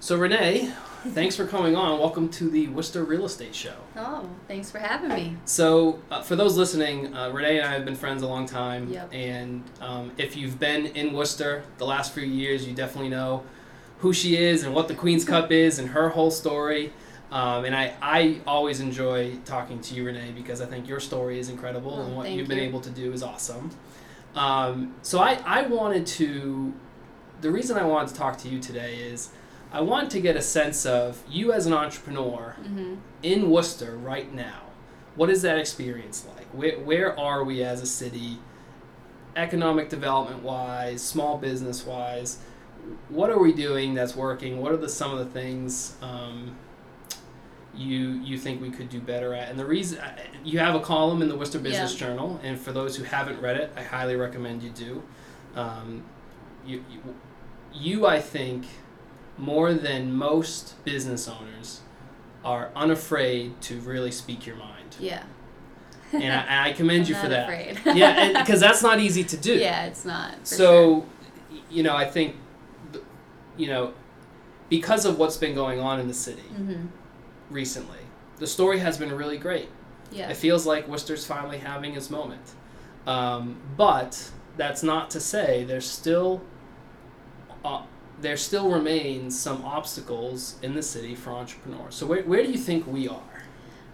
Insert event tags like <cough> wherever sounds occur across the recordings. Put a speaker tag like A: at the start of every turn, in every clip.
A: So Renee, thanks for coming on. Welcome to the Worcester Real Estate Show.
B: Oh, thanks for having me.
A: So, uh, for those listening, uh, Renee and I have been friends a long time.
B: Yep.
A: And um, if you've been in Worcester the last few years, you definitely know who she is and what the Queen's
B: <laughs>
A: Cup is and her whole story. Um, and I, I always enjoy talking to you, Renee, because I think your story is incredible
B: Oh,
A: and what
B: thank
A: you've been
B: you.
A: able to do is awesome. Um, so, I, I wanted to, the reason I wanted to talk to you today is I want to get a sense of you as an entrepreneur
B: Mm-hmm.
A: in Worcester right now, what is that experience like? Where, where are we as a city, economic development wise, small business wise? What are we doing that's working? What are the some of the things um, you you think we could do better at? And the reason I- you have a column in the Worcester Business Journal, and for those who haven't read it, I highly recommend you do. Um, you, you, you, I think, more than most business owners, are unafraid to really speak your mind.
B: Yeah.
A: And I, and I commend you
B: I'm
A: for
B: not
A: that.
B: Afraid.
A: <laughs>
B: <laughs>
A: yeah, because that's not easy to do.
B: yeah, it's not. for sure.
A: so, y- you know, I think, th- you know, because of what's been going on in the city
B: Mhm.
A: recently, the story has been really great.
B: Yeah.
A: It feels like Worcester's finally having his moment. Um, but that's not to say there's still uh, there still remains some obstacles in the city for entrepreneurs. So where, where do you think we are?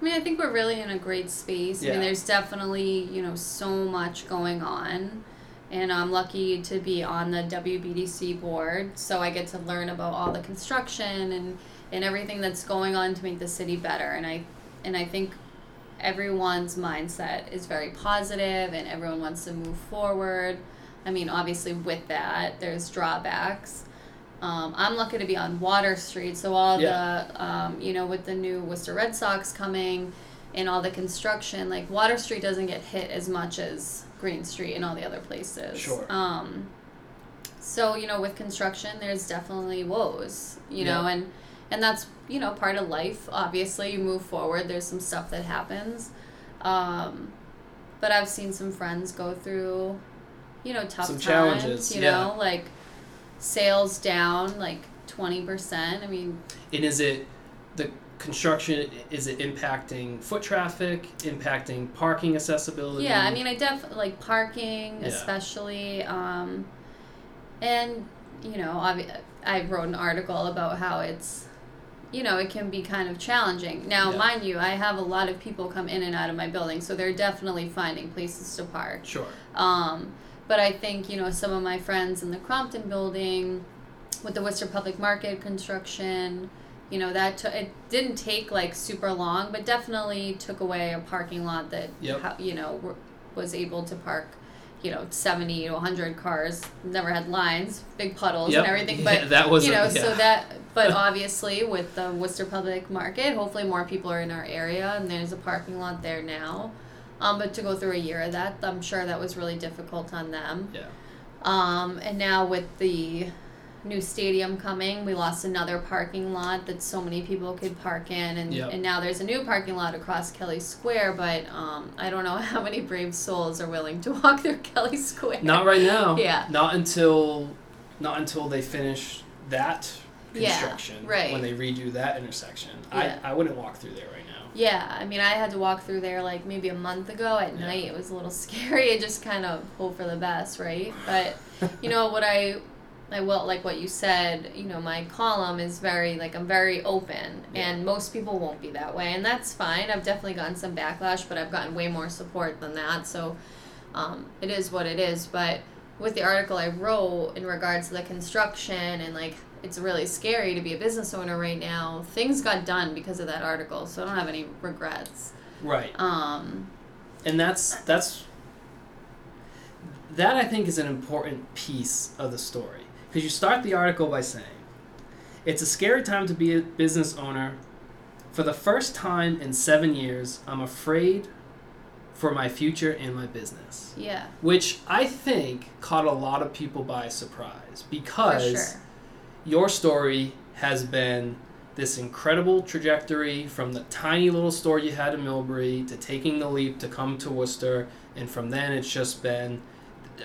B: I mean, I think we're really in a great space. I
A: Yeah.
B: mean, there's definitely you know so much going on, and I'm lucky to be on the WBDC board, so I get to learn about all the construction and and everything that's going on to make the city better. And I and I think everyone's mindset is very positive, and everyone wants to move forward. I mean, obviously, with that, there's drawbacks. Um, I'm lucky to be on Water Street, so all the, um, you know, with the new Worcester Red Sox coming and all the construction, like Water Street doesn't get hit as much as Green Street and all the other places.
A: Sure.
B: Um, so you know, with construction, there's definitely woes, you know,
A: Yeah.
B: and and that's you know part of life. Obviously, you move forward. There's some stuff that happens, um, but I've seen some friends go through, you know, tough
A: Some
B: times,
A: challenges,
B: You
A: yeah.
B: know, like sales down like twenty percent. I mean,
A: And is it the construction? Is it impacting foot traffic? Impacting parking accessibility?
B: yeah. I mean, I def like parking,
A: Yeah.
B: especially, um, and you know, obvi- I wrote an article about how it's. You know, it can be kind of challenging. Now,
A: Yeah.
B: mind you, I have a lot of people come in and out of my building, so they're definitely finding places to park.
A: sure.
B: Um, but I think, you know, some of my friends in the Crompton building with the Worcester Public Market construction, you know, that took it didn't take like super long, but definitely took away a parking lot that,
A: Yep.
B: ha- you know, w- was able to park, you know, 70 to 100 cars, never had lines, big puddles
A: Yep.
B: and
A: <laughs>
B: everything.
A: Yeah,
B: But,
A: that was
B: you
A: a-
B: know,
A: yeah.
B: so that,
A: <laughs>
B: but obviously with the Worcester Public Market, hopefully more people are in our area and there's a parking lot there now. Um, but to go through a year of that, I'm sure that was really difficult on them.
A: Yeah.
B: Um, and now with the new stadium coming, we lost another parking lot that so many people could park in, and
A: Yep.
B: and now there's a new parking lot across Kelly Square. But um, I don't know <laughs> how many brave souls are willing to walk through Kelly Square.
A: Not right now.
B: Yeah.
A: Not until, not until they finish that
B: Yeah,
A: construction.
B: right.
A: When they redo that intersection,
B: Yeah.
A: I I wouldn't walk through there right now.
B: Yeah, I mean, I had to walk through there like maybe a month ago at
A: Yeah.
B: night. It was a little <laughs> scary. I just kind of hope for the best, right? But <laughs> you know what I, I will like what you said. You know, my column is very like I'm very open,
A: Yeah.
B: and most people won't be that way, and that's fine. I've definitely gotten some backlash, but I've gotten way more support than that. So, um, it is what it is. But with the article I wrote in regards to the construction and like it's really scary to be a business owner right now. Things got done because of that article, so I don't have any regrets.
A: <laughs> Right.
B: Um,
A: and that's that's that I think is an important piece of the story because you start the article by saying it's a scary time to be a business owner. For the first time in seven years, I'm afraid for my future and my business,
B: yeah,
A: which I think caught a lot of people by surprise
B: for
A: because
B: sure.
A: your story has been this incredible trajectory from the tiny little store you had in Millbury to taking the leap to come to Worcester, and from then it's just been uh,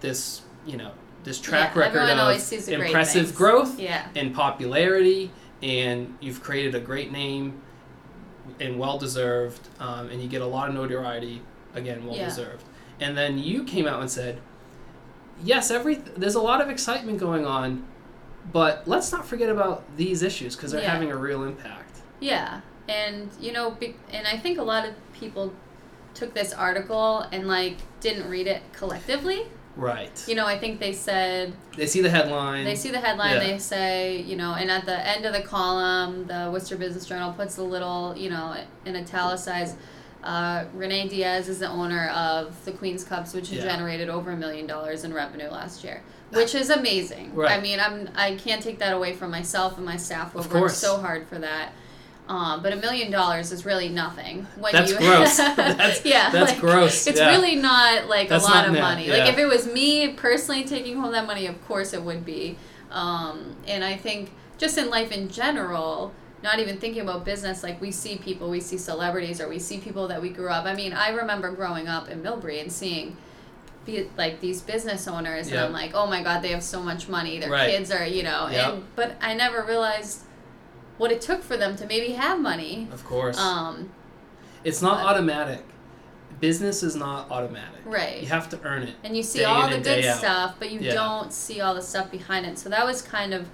A: this, you know, this track
B: Yeah,
A: record
B: everyone always
A: of
B: sees the great
A: impressive
B: things.
A: growth
B: Yeah.
A: and popularity, and you've created a great name and well deserved, um, and you get a lot of notoriety. Again, well
B: Yeah.
A: deserved. And then you came out and said, "Yes, every there's a lot of excitement going on, but let's not forget about these issues because they're
B: Yeah.
A: having a real impact."
B: Yeah, and you know, be- and I think a lot of people took this article and like didn't read it collectively.
A: Right.
B: You know, I think they said
A: They see the headline.
B: they see the headline,
A: Yeah.
B: they say, you know, and at the end of the column, the Worcester Business Journal puts a little, you know, in italicized. Uh, Renee Diaz is the owner of the Queen's Cups, which
A: Yeah.
B: generated over a million dollars in revenue last
A: <laughs>
B: year, which is amazing.
A: Right.
B: I mean, I'm I can't take that away from myself and my staff. who
A: Of
B: have worked
A: course.
B: so hard for that. Um, but a million dollars is really nothing. When
A: That's
B: you, <laughs>
A: gross. <laughs> That's-
B: yeah,
A: that's
B: like,
A: gross,
B: It's
A: yeah.
B: really not like
A: That's
B: a lot
A: not
B: of
A: net,
B: money.
A: yeah.
B: Like if it was me personally taking home that money, of course it would be. Um, and I think just in life in general, not even thinking about business, like we see people, we see celebrities, or we see people that we grew up. I mean, I remember growing up in Millbury and seeing. Be, like these business owners,
A: Yeah.
B: and I'm like, oh my god, they have so much money. Their
A: Right.
B: kids are, you know,
A: Yeah.
B: and but I never realized what it took for them to maybe have money.
A: of course.
B: Um,
A: It's not
B: But-
A: automatic. Business is not automatic.
B: Right.
A: You have to earn it.
B: and you see
A: Day
B: all
A: in
B: the
A: and
B: good
A: day out.
B: stuff, but you
A: Yeah.
B: don't see all the stuff behind it. So that was kind of,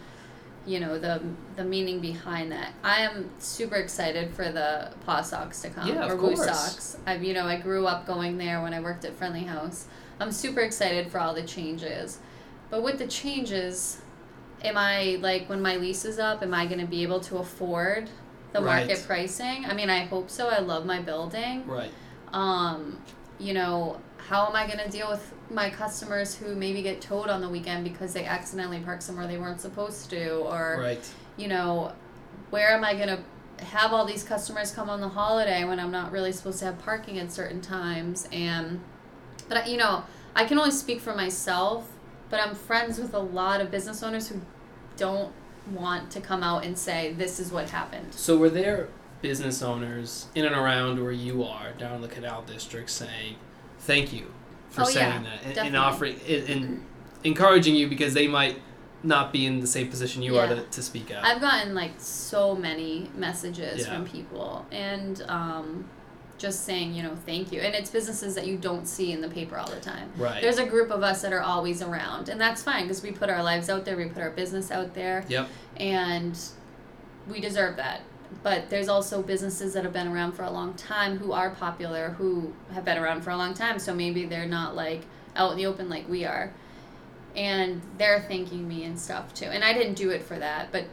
B: you know, the the meaning behind that. I am super excited for the Paw Socks to come
A: Yeah, of
B: or Woo
A: course.
B: Socks. I you know I grew up going there when I worked at Friendly House. I'm super excited for all the changes, but with the changes, am I like when my lease is up? Am I going to be able to afford? The
A: Right.
B: market pricing. I mean, I hope so. I love my building
A: Right.
B: um, you know, how am I going to deal with my customers who maybe get towed on the weekend because they accidentally park somewhere they weren't supposed to? Or,
A: Right.
B: you know, where am I going to have all these customers come on the holiday when I'm not really supposed to have parking at certain times? And, but, I- you know, I can only speak for myself, but I'm friends with a lot of business owners who don't want to come out and say, this is what happened.
A: So were there business owners in and around where you are down in the Canal District saying, "Thank you for
B: Oh,
A: saying
B: yeah,
A: that," and, and
B: definitely.
A: offering and, and encouraging you because they might not be in the same position you are
B: Yeah.
A: to, to speak out.
B: I've gotten like so many messages
A: Yeah.
B: from people and um, just saying, you know, thank you. And it's businesses that you don't see in the paper all the time.
A: right.
B: There's a group of us that are always around, and that's fine because we put our lives out there, we put our business out there,
A: yep.
B: and we deserve that. But there's also businesses that have been around for a long time who are popular, who have been around for a long time, so maybe they're not like out in the open like we are. And they're thanking me and stuff too. And I didn't do it for that, but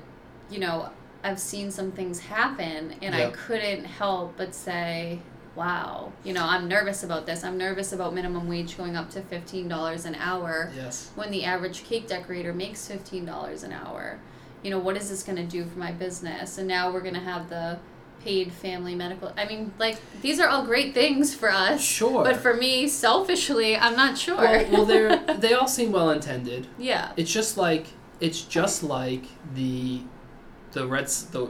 B: you know, I've seen some things happen and
A: Yeah.
B: I couldn't help but say, wow, you know, I'm nervous about this. I'm nervous about minimum wage going up to $15 an hour <laughs>
A: Yes.
B: when the average cake decorator makes $15 an hour you know what is this going to do for my business and now we're going to have the paid family medical i mean like these are all great things for us
A: Sure.
B: but for me selfishly i'm not sure
A: well, well, they're they all seem well intended.
B: <laughs> yeah
A: It's just like it's just like the the Reds the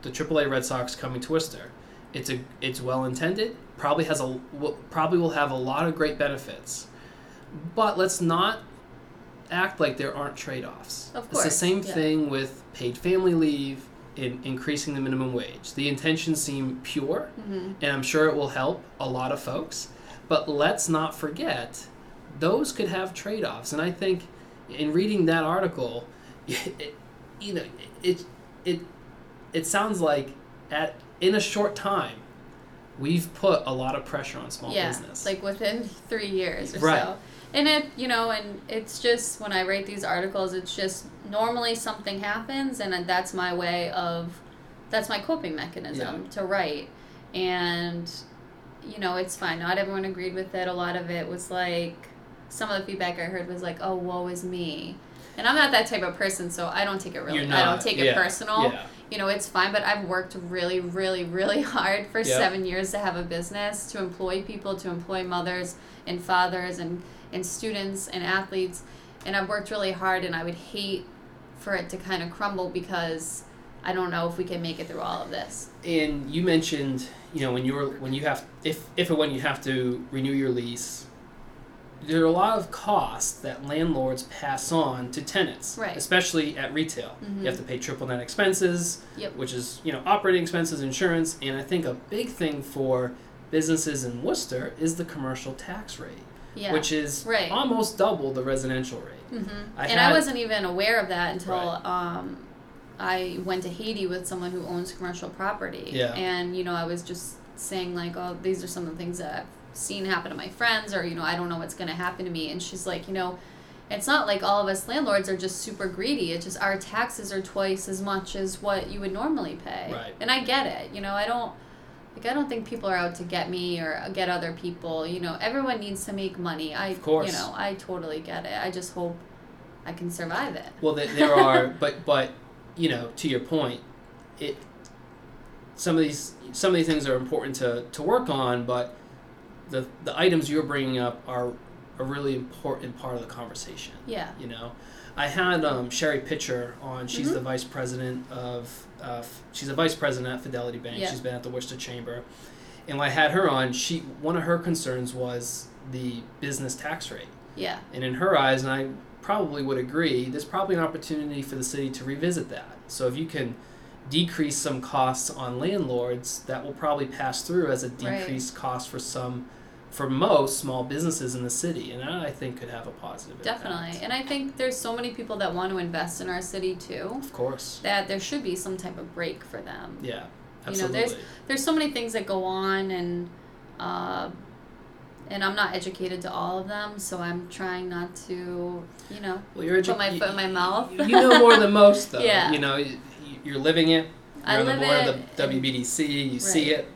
A: the AAA Red Sox coming to Worcester. It's a it's well intended. Probably has a will, probably will have a lot of great benefits, but let's not act like there aren't trade offs.
B: Of
A: it's the
B: course,
A: same
B: yeah.
A: thing with paid family leave and increasing the minimum wage. The intentions seem pure,
B: hmm
A: and I'm sure it will help a lot of folks. But let's not forget, those could have trade offs. And I think in reading that article, <laughs> it, you know, it, it, it sounds like at, in a short time, we've put a lot of pressure on small
B: yeah
A: business.
B: like within three years or
A: Right.
B: so and it you know and it's just when i write these articles it's just normally something happens and that's my way of that's my coping mechanism to write and you know it's fine not everyone agreed with it a lot of it was like some of the feedback i heard was like oh woe is me and i'm not that type of person so i don't take it really
A: You're
B: i don't
A: not-
B: take it
A: yeah,
B: personal
A: Yeah,
B: you know, it's fine, but I've worked really, really, really <laughs> hard for
A: Yeah.
B: seven years to have a business, to employ people, to employ mothers and fathers and, and students and athletes. And I've worked really hard, and I would hate for it to kind of crumble because I don't know if we can make it through all of this.
A: and you mentioned you know when you're when you have if if and when you have to renew your lease there are a lot of costs that landlords pass on to tenants,
B: Right.
A: especially at retail.
B: Mhm.
A: You have to pay triple net expenses,
B: Yep.
A: which is you know operating expenses, insurance, and I think a big thing for businesses in Worcester is the commercial tax rate,
B: Yeah.
A: which is
B: Right.
A: almost double the residential rate.
B: hmm
A: I
B: and
A: had-
B: I wasn't even aware of that until
A: Right.
B: um, I went to Haiti with someone who owns commercial property.
A: Yeah.
B: And, you know, I was just saying, like, oh, these are some of the things that I've seen happen to my friends, or, you know, I don't know what's going to happen to me. And she's like, you know, it's not like all of us landlords are just super greedy. It's just our taxes are twice as much as what you would normally pay.
A: Right.
B: And I get it. You know, I don't. Like I don't think people are out to get me or get other people. You know, everyone needs to make money. I,
A: Of course.
B: you know, I totally get it. I just hope I can survive it.
A: Well, there,
B: <laughs>
A: there are, but but you know, to your point, it some of these some of these things are important to to work on, but the the items you're bringing up are a really important part of the conversation.
B: Yeah.
A: You know, I had um, Sherry Pitcher on. She's
B: Mhm.
A: the vice president of uh, f- she's a vice president at Fidelity Bank.
B: Yeah.
A: She's been at the Worcester Chamber, and when I had her on, she one of her concerns was the business tax rate.
B: Yeah.
A: And in her eyes, and I probably would agree, there's probably an opportunity for the city to revisit that. So if you can decrease some costs on landlords, that will probably pass through as a
B: Right.
A: decreased cost for some, for most small businesses in the city, and that I think could have a positive
B: Definitely.
A: impact.
B: And I think there's so many people that want to invest in our city too
A: Of course.
B: that there should be some type of break for them. You
A: Yeah.
B: know,
A: Absolutely.
B: there's- There's so many things that go on and uh, and I'm not educated to all of them, so I'm trying not to, you know,
A: well, you're
B: put my foot in my mouth.
A: You know more than most, though.
B: <laughs> Yeah.
A: You know, you- you're living it. You're
B: I
A: on the
B: live
A: board
B: it.
A: of the WBDC. You see
B: Right.
A: it.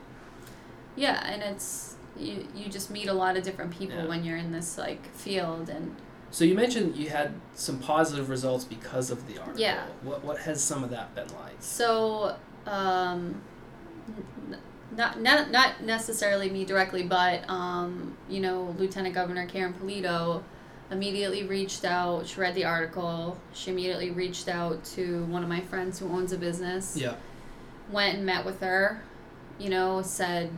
B: Yeah, and it's you, you just meet a lot of different people
A: Yeah.
B: when you're in this like field and
A: So you mentioned you had some positive results because of the article.
B: Yeah.
A: What what has some of that been like?
B: so um n- not not not necessarily me directly but um you know Lieutenant Governor Karen Polito immediately reached out she read the article she immediately reached out to one of my friends who owns a business
A: Yeah.
B: went and met with her, you know, said,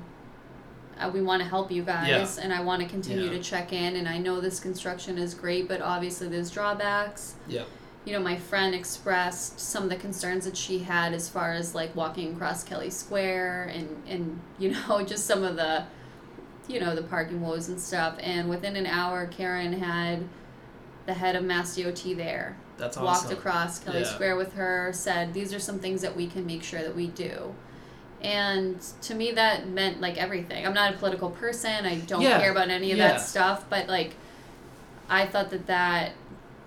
B: uh, We want to help you guys and I want to continue
A: Yeah.
B: to check in. And I know this construction is great, but obviously there's drawbacks.
A: Yeah.
B: You know, my friend expressed some of the concerns that she had as far as like walking across Kelly Square and, and you know, <laughs> just some of the, you know, the parking woes and stuff. And within an hour, Karen had the head of Mass DOT there
A: That's
B: walked
A: awesome.
B: across Kelly
A: Yeah.
B: Square with her, said, These are some things that we can make sure that we do. And to me, that meant like everything. I'm not a political person, I don't
A: Yeah.
B: care about any of
A: Yeah.
B: that stuff, but like, I thought that that.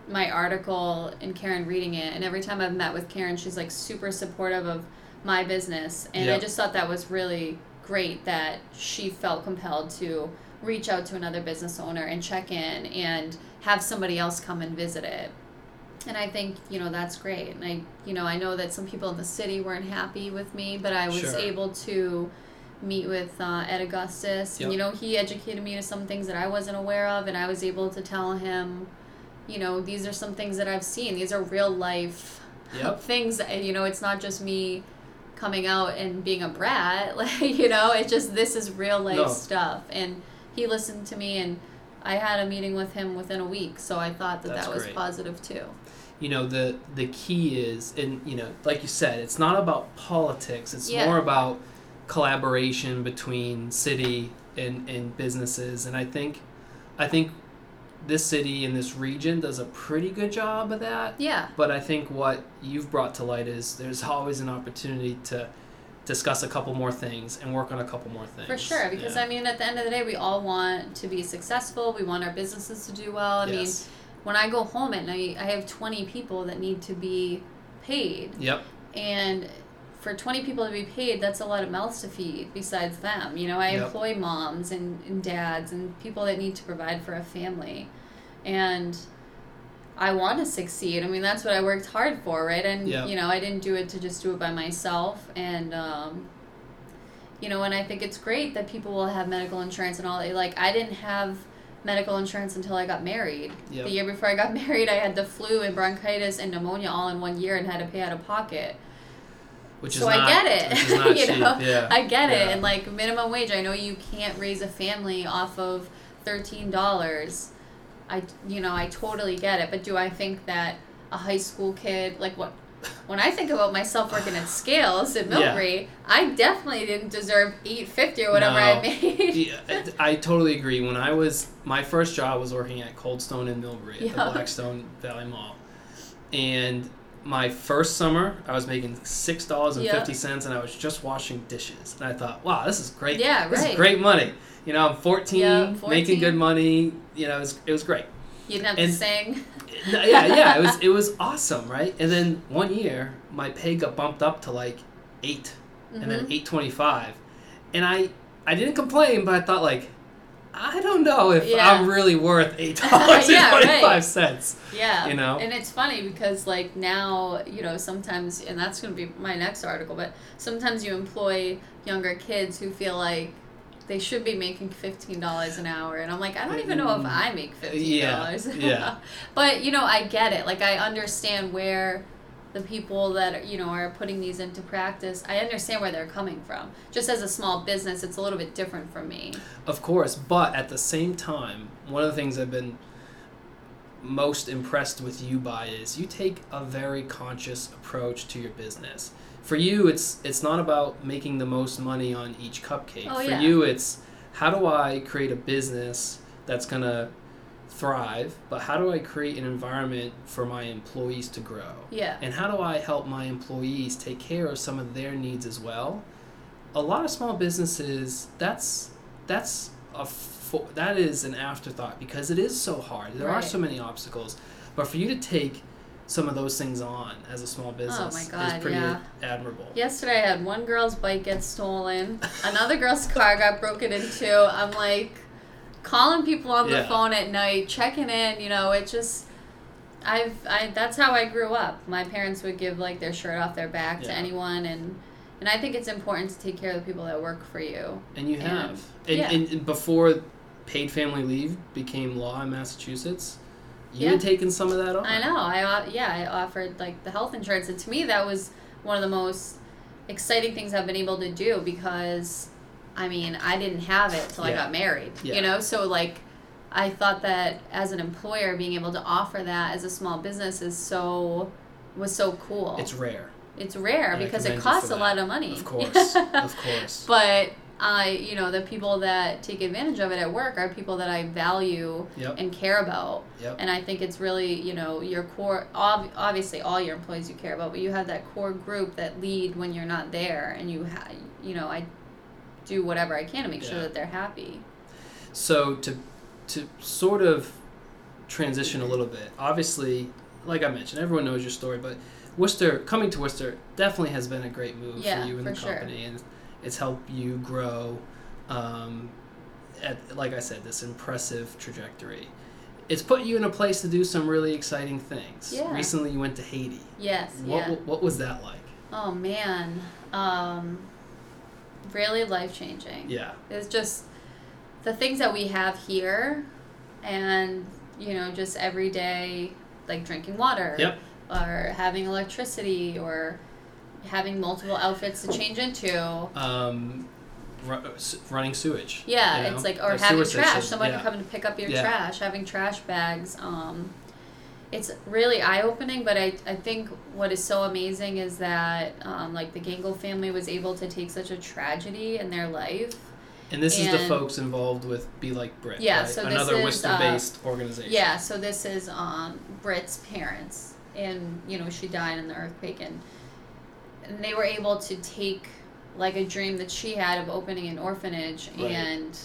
B: My article and Karen reading it, and every time I've met with Karen, she's like super supportive of my business, and
A: Yeah.
B: I just thought that was really great that she felt compelled to reach out to another business owner and check in and have somebody else come and visit it and I think you know that's great. And I you know I know that some people in the city weren't happy with me, but I was
A: Sure.
B: able to meet with uh, Ed Augustus. And, you know he educated me to some things that I wasn't aware of, and I was able to tell him, you know, these are some things that I've seen. These are real life
A: Yep.
B: things. And, you know, it's not just me coming out and being a brat. <laughs> Like you know, it's just this is real life
A: No.
B: stuff. And he listened to me and. I had a meeting with him within a week, so I thought that
A: That's
B: that was
A: great.
B: positive too.
A: You know the the key is, and you know, like you said, it's not about politics. It's
B: Yeah.
A: more about collaboration between city and and businesses. And I think, I think, this city and this region does a pretty good job of that.
B: Yeah,
A: But I think what you've brought to light is there's always an opportunity to discuss a couple more things and work on a couple more things.
B: For sure, because I mean, at the end of the day, we all want to be successful. We want our businesses to do well. I
A: yes.
B: mean, when I go home at night, I have 20 people that need to be paid.
A: Yep.
B: And for 20 people to be paid, that's a lot of mouths to feed besides them. You know, I
A: Yep.
B: employ moms and, and dads and people that need to provide for a family. And I want to succeed. I mean, that's what I worked hard for, right? And,
A: Yep.
B: you know, I didn't do it to just do it by myself. And, um, you know, and I think it's great that people will have medical insurance and all that. Like, I didn't have medical insurance until I got married.
A: Yep.
B: The year before I got <laughs> married, I had the flu and bronchitis and pneumonia all in one year and had to pay out of pocket.
A: Which
B: so
A: is
B: I
A: not,
B: get it.
A: Which is not
B: <laughs> you
A: cheap.
B: know,
A: Yeah.
B: I get it.
A: Yeah.
B: And like minimum wage, I know you can't raise a family off of thirteen dollars. I you know I totally get it, but do I think that a high school kid like what when I think about myself working at Scales at
A: Yeah.
B: Milbury, I definitely didn't deserve eight fifty or whatever
A: No.
B: I made. <laughs>
A: Yeah, I I totally agree. When I was my first job was working at Coldstone in Millbury at
B: Yeah.
A: the Blackstone Valley Mall, and my first summer I was making six dollars and fifty cents, and I was just washing dishes. And I thought, wow, this is great.
B: Yeah,
A: this
B: right.
A: is great money. You know, I'm 14,
B: Yeah, 14.
A: making good money. You know, it was, it was great.
B: You didn't have
A: And-
B: to sing.
A: No, yeah, yeah, it was it was awesome, right? And then one year my pay got bumped up to like 8 and then
B: Mhm.
A: eight twenty five, and I I didn't complain, but I thought like I don't know if
B: Yeah.
A: I'm really worth eight
B: <laughs>
A: dollars
B: Yeah, right.
A: and twenty five cents.
B: Yeah.
A: You know?
B: And it's funny because like now, you know, sometimes and that's gonna be my next article, but sometimes you employ younger kids who feel like they should be making fifteen dollars an hour and I'm like, I don't even know if
A: Mm.
B: I make fifteen dollars.
A: yeah.
B: <laughs> but you know, I get it. Like I understand where the people that you know are putting these into practice, I understand where they're coming from. Just as a small business, it's a little bit different for me.
A: Of course, but at the same time, one of the things I've been most impressed with you by is you take a very conscious approach to your business. For you, it's it's not about making the most money on each cupcake.
B: Oh,
A: For
B: yeah.
A: you, it's how do I create a business that's going to thrive, but how do I create an environment for my employees to grow?
B: Yeah.
A: And how do I help my employees take care of some of their needs as well? A lot of small businesses, that's that's a fo- that is an afterthought because it is so hard. There are
B: Right.
A: so many obstacles, but for you to take some of those things on as a small business
B: Oh God,
A: is pretty
B: yeah.
A: admirable.
B: Yesterday, I had one girl's bike get stolen, another girl's car got broken into. I'm like calling people on the
A: Yeah.
B: phone at night, checking in. You know, it just I've I that's how I grew up. My parents would give like their shirt off their back to
A: Yeah.
B: anyone, and and I think it's important to take care of the people that work for you.
A: And you
B: Yeah.
A: have. And,
B: Yeah.
A: and, and before paid family leave became law in Massachusetts, you had taken some of that on.
B: I know. I o- yeah, I offered like the health insurance, and to me that was one of the most exciting things I've been able to do because, I mean, I didn't have it till I
A: Yeah.
B: got married.
A: Yeah.
B: You know, so like, I thought that as an employer, being able to offer that as a small business is so was so cool.
A: It's rare.
B: It's rare
A: And I
B: because it
A: commend you for
B: costs a
A: that.
B: lot of money. <laughs>
A: Of course. of course.
B: But I, you know, the people that take advantage of it at work are people that I value
A: Yep.
B: and care about.
A: Yep.
B: And I think it's really, you know, your core, ob- obviously all your employees you care about, but you have that core group that lead when you're not there and you, ha- you know, I do whatever I can to make sure
A: Yeah.
B: that they're happy.
A: So to to sort of transition a little bit, obviously, like I mentioned, everyone knows your story, but Worcester coming to Worcester definitely has been a great move
B: Yeah,
A: for you and
B: for
A: the
B: sure.
A: company, and it's helped you grow. Um, at like I said, this impressive trajectory. It's put you in a place to do some really exciting things.
B: Yeah.
A: Recently, you went to Haiti.
B: Yes.
A: What
B: yeah.
A: what was that like?
B: oh man. Um, really life changing.
A: Yeah.
B: It's just the things that we have here and, you know, just every day, like drinking water.
A: Yep.
B: Or having electricity or having multiple outfits to change into.
A: Um, ru- s- running sewage.
B: Yeah,
A: you know?
B: it's like or
A: A
B: having
A: sewer
B: trash.
A: system,
B: Someone
A: yeah.
B: coming to pick up your
A: Yeah.
B: trash, having trash bags. Um, it's really eye opening, but I, I think what is so amazing is that um, like the Gangle family was able to take such a tragedy in their life.
A: And this is the
B: And-
A: folks involved with Be Like Brit.
B: Yeah,
A: right?
B: so this
A: another
B: is, uh,
A: Worcester-based organization.
B: Yeah, so this is um, Brit's parents, and you know she died in the earthquake, and, and they were able to take like a dream that she had of opening an orphanage
A: Right.
B: and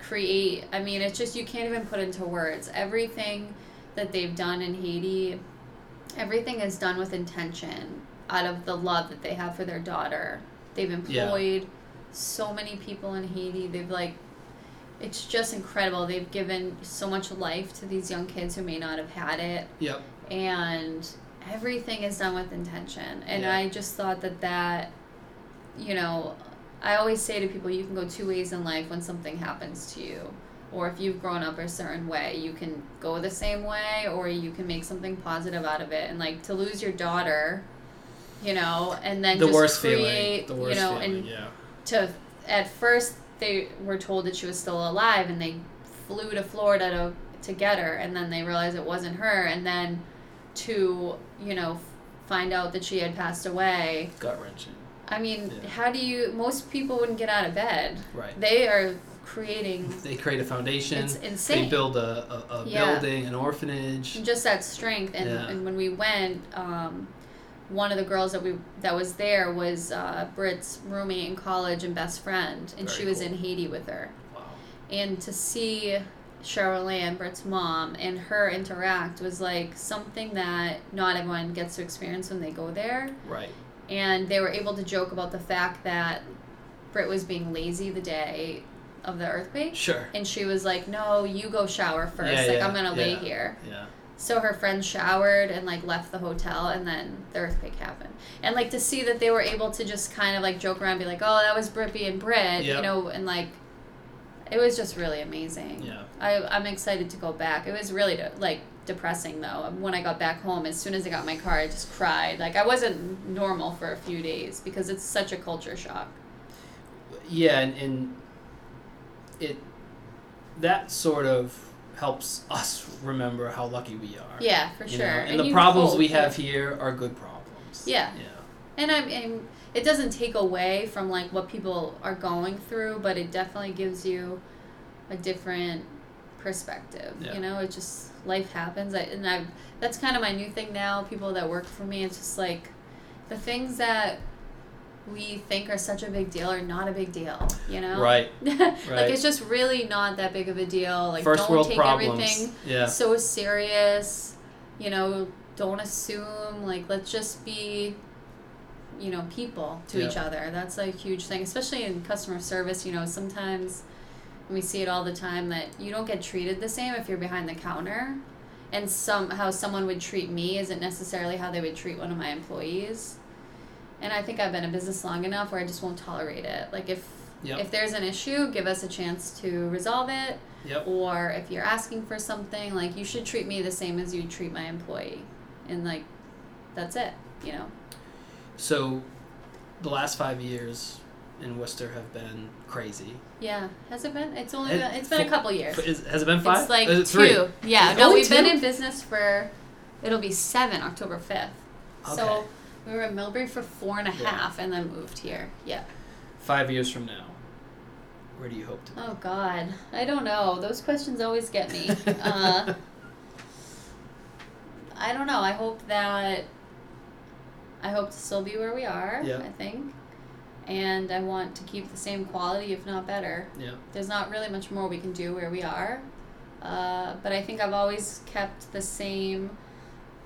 B: create. I mean, it's just you can't even put into words everything that they've done in Haiti. Everything is done with intention, out of the love that they have for their daughter. They've
A: Yeah.
B: employed so many people in Haiti. They've like it's just incredible. They've given so much life to these young kids who may not have had it,
A: Yep.
B: and everything is done with intention. And
A: Yeah.
B: I just thought that that, you know, I always say to people, you can go two ways in life when something happens to you. Or if you've grown up a certain way, you can go the same way, or you can make something positive out of it. And like to lose your daughter, you know, and then
A: the
B: just
A: worst
B: create,
A: feeling. The worst
B: you know,
A: feeling.
B: and
A: yeah.
B: to at first they were told that she was still alive and they flew to Florida to to get her and then they realized it wasn't her and then to you know find out that she had passed away
A: Gut wrenching.
B: i mean
A: Yeah.
B: how do you most people wouldn't get out of bed
A: Right.
B: they are creating
A: They create a foundation.
B: it's
A: They
B: insane
A: build a, a, a
B: Yeah.
A: building, an orphanage.
B: just that strength and,
A: Yeah.
B: and when we went um, one of the girls that we that was there was uh, Brit's roommate in college and best friend and she
A: Very
B: was
A: cool.
B: in Haiti with her
A: Wow.
B: and to see Cheryl Ann, Brit's mom, and her interact was like something that not everyone gets to experience when they go there.
A: Right.
B: And they were able to joke about the fact that Brit was being lazy the day of the earthquake.
A: Sure.
B: And she was like, No, you go shower first.
A: Yeah,
B: like,
A: yeah,
B: I'm going to lay
A: yeah.
B: here.
A: Yeah.
B: So her friend showered and like left the hotel, and then the earthquake happened. And like to see that they were able to just kind of like joke around, be like, "Oh, that was Brippy and Brit,"
A: Yep.
B: you know, and like it was just really amazing.
A: Yeah.
B: I I'm excited to go back. It was really de- like depressing though. um, When I got back home, as soon as I got in my car, I just cried. Like I wasn't normal for a few days because it's such a culture shock.
A: Yeah, and, and it that sort of helps us remember how lucky we are.
B: Yeah, for
A: you
B: sure.
A: know? And, the
B: you
A: problems
B: hope
A: we
B: that-
A: have here are good problems.
B: Yeah.
A: Yeah.
B: And I'm, and it doesn't take away from like what people are going through, but it definitely gives you a different perspective.
A: Yeah.
B: You know, it just life happens. I, and I've that's kind of my new thing now. People that work for me, it's just like the things that we think are such a big deal are not a big deal. You know,
A: Right.
B: <laughs> like it's just really not that big of a deal. Like
A: First
B: don't
A: world
B: take
A: problems.
B: everything
A: Yeah.
B: so serious you know don't assume like let's just be you know people to each other that's a huge thing especially in customer service you know sometimes we see it all the time that you don't get treated the same if you're behind the counter and some how someone would treat me isn't necessarily how they would treat one of my employees and i think i've been in business long enough where i just won't tolerate it like if
A: Yep.
B: if there's an issue give us a chance to resolve it
A: Yep.
B: or if you're asking for something like you should treat me the same as you treat my employee and like that's it you know
A: So the last five years in Worcester have been crazy.
B: yeah has it been it's only
A: It-
B: been, it's been a couple years
A: But Is, has it been five?
B: it's like
A: Is it
B: two
A: three?
B: yeah
A: Is it
B: no
A: only
B: we've been
A: two?
B: in business for it'll be seven october 5th so
A: Okay.
B: we were in millbury for four and a half,
A: Yeah.
B: and then moved here yeah
A: Five years from now, where do you hope to be?
B: oh god i don't know those questions always get
A: <laughs>
B: me uh, I don't know. I hope that I hope to still be where we are.
A: Yeah.
B: I think, and I want to keep the same quality, if not better.
A: yeah.
B: There's not really much more we can do where we are, uh, but I think I've always kept the same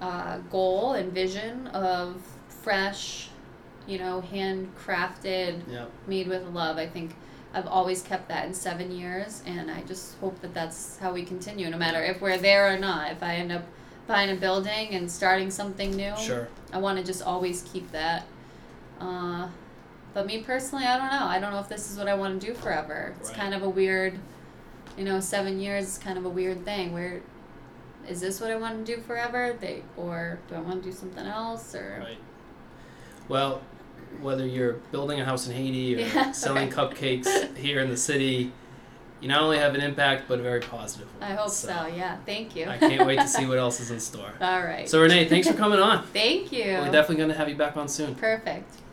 B: uh, goal and vision of fresh, you know, handcrafted,
A: Yeah.
B: made with love. I think. I've always kept that in seven years, and I just hope that that's how we continue, no matter if we're there or not. If I end up buying a building and starting something new,
A: Sure.
B: I want to just always keep that. Uh, but me personally, I don't know. I don't know if this is what I want to do forever. It's
A: Right.
B: kind of a weird, you know, seven years is kind of a weird thing. Where is this what I want to do forever? They or do I want to do something else? Or
A: Right. Well, whether you're building a house in Haiti or
B: <laughs> Yeah,
A: selling
B: right. <laughs>
A: cupcakes here in the city, you not only have an impact but a very positive one.
B: I hope so. Yeah. Thank you.
A: I can't wait
B: <laughs>
A: to see what else is in store.
B: All right.
A: So Renee, thanks for coming on.
B: Thank you.
A: We're definitely going to have you back on soon.
B: Perfect.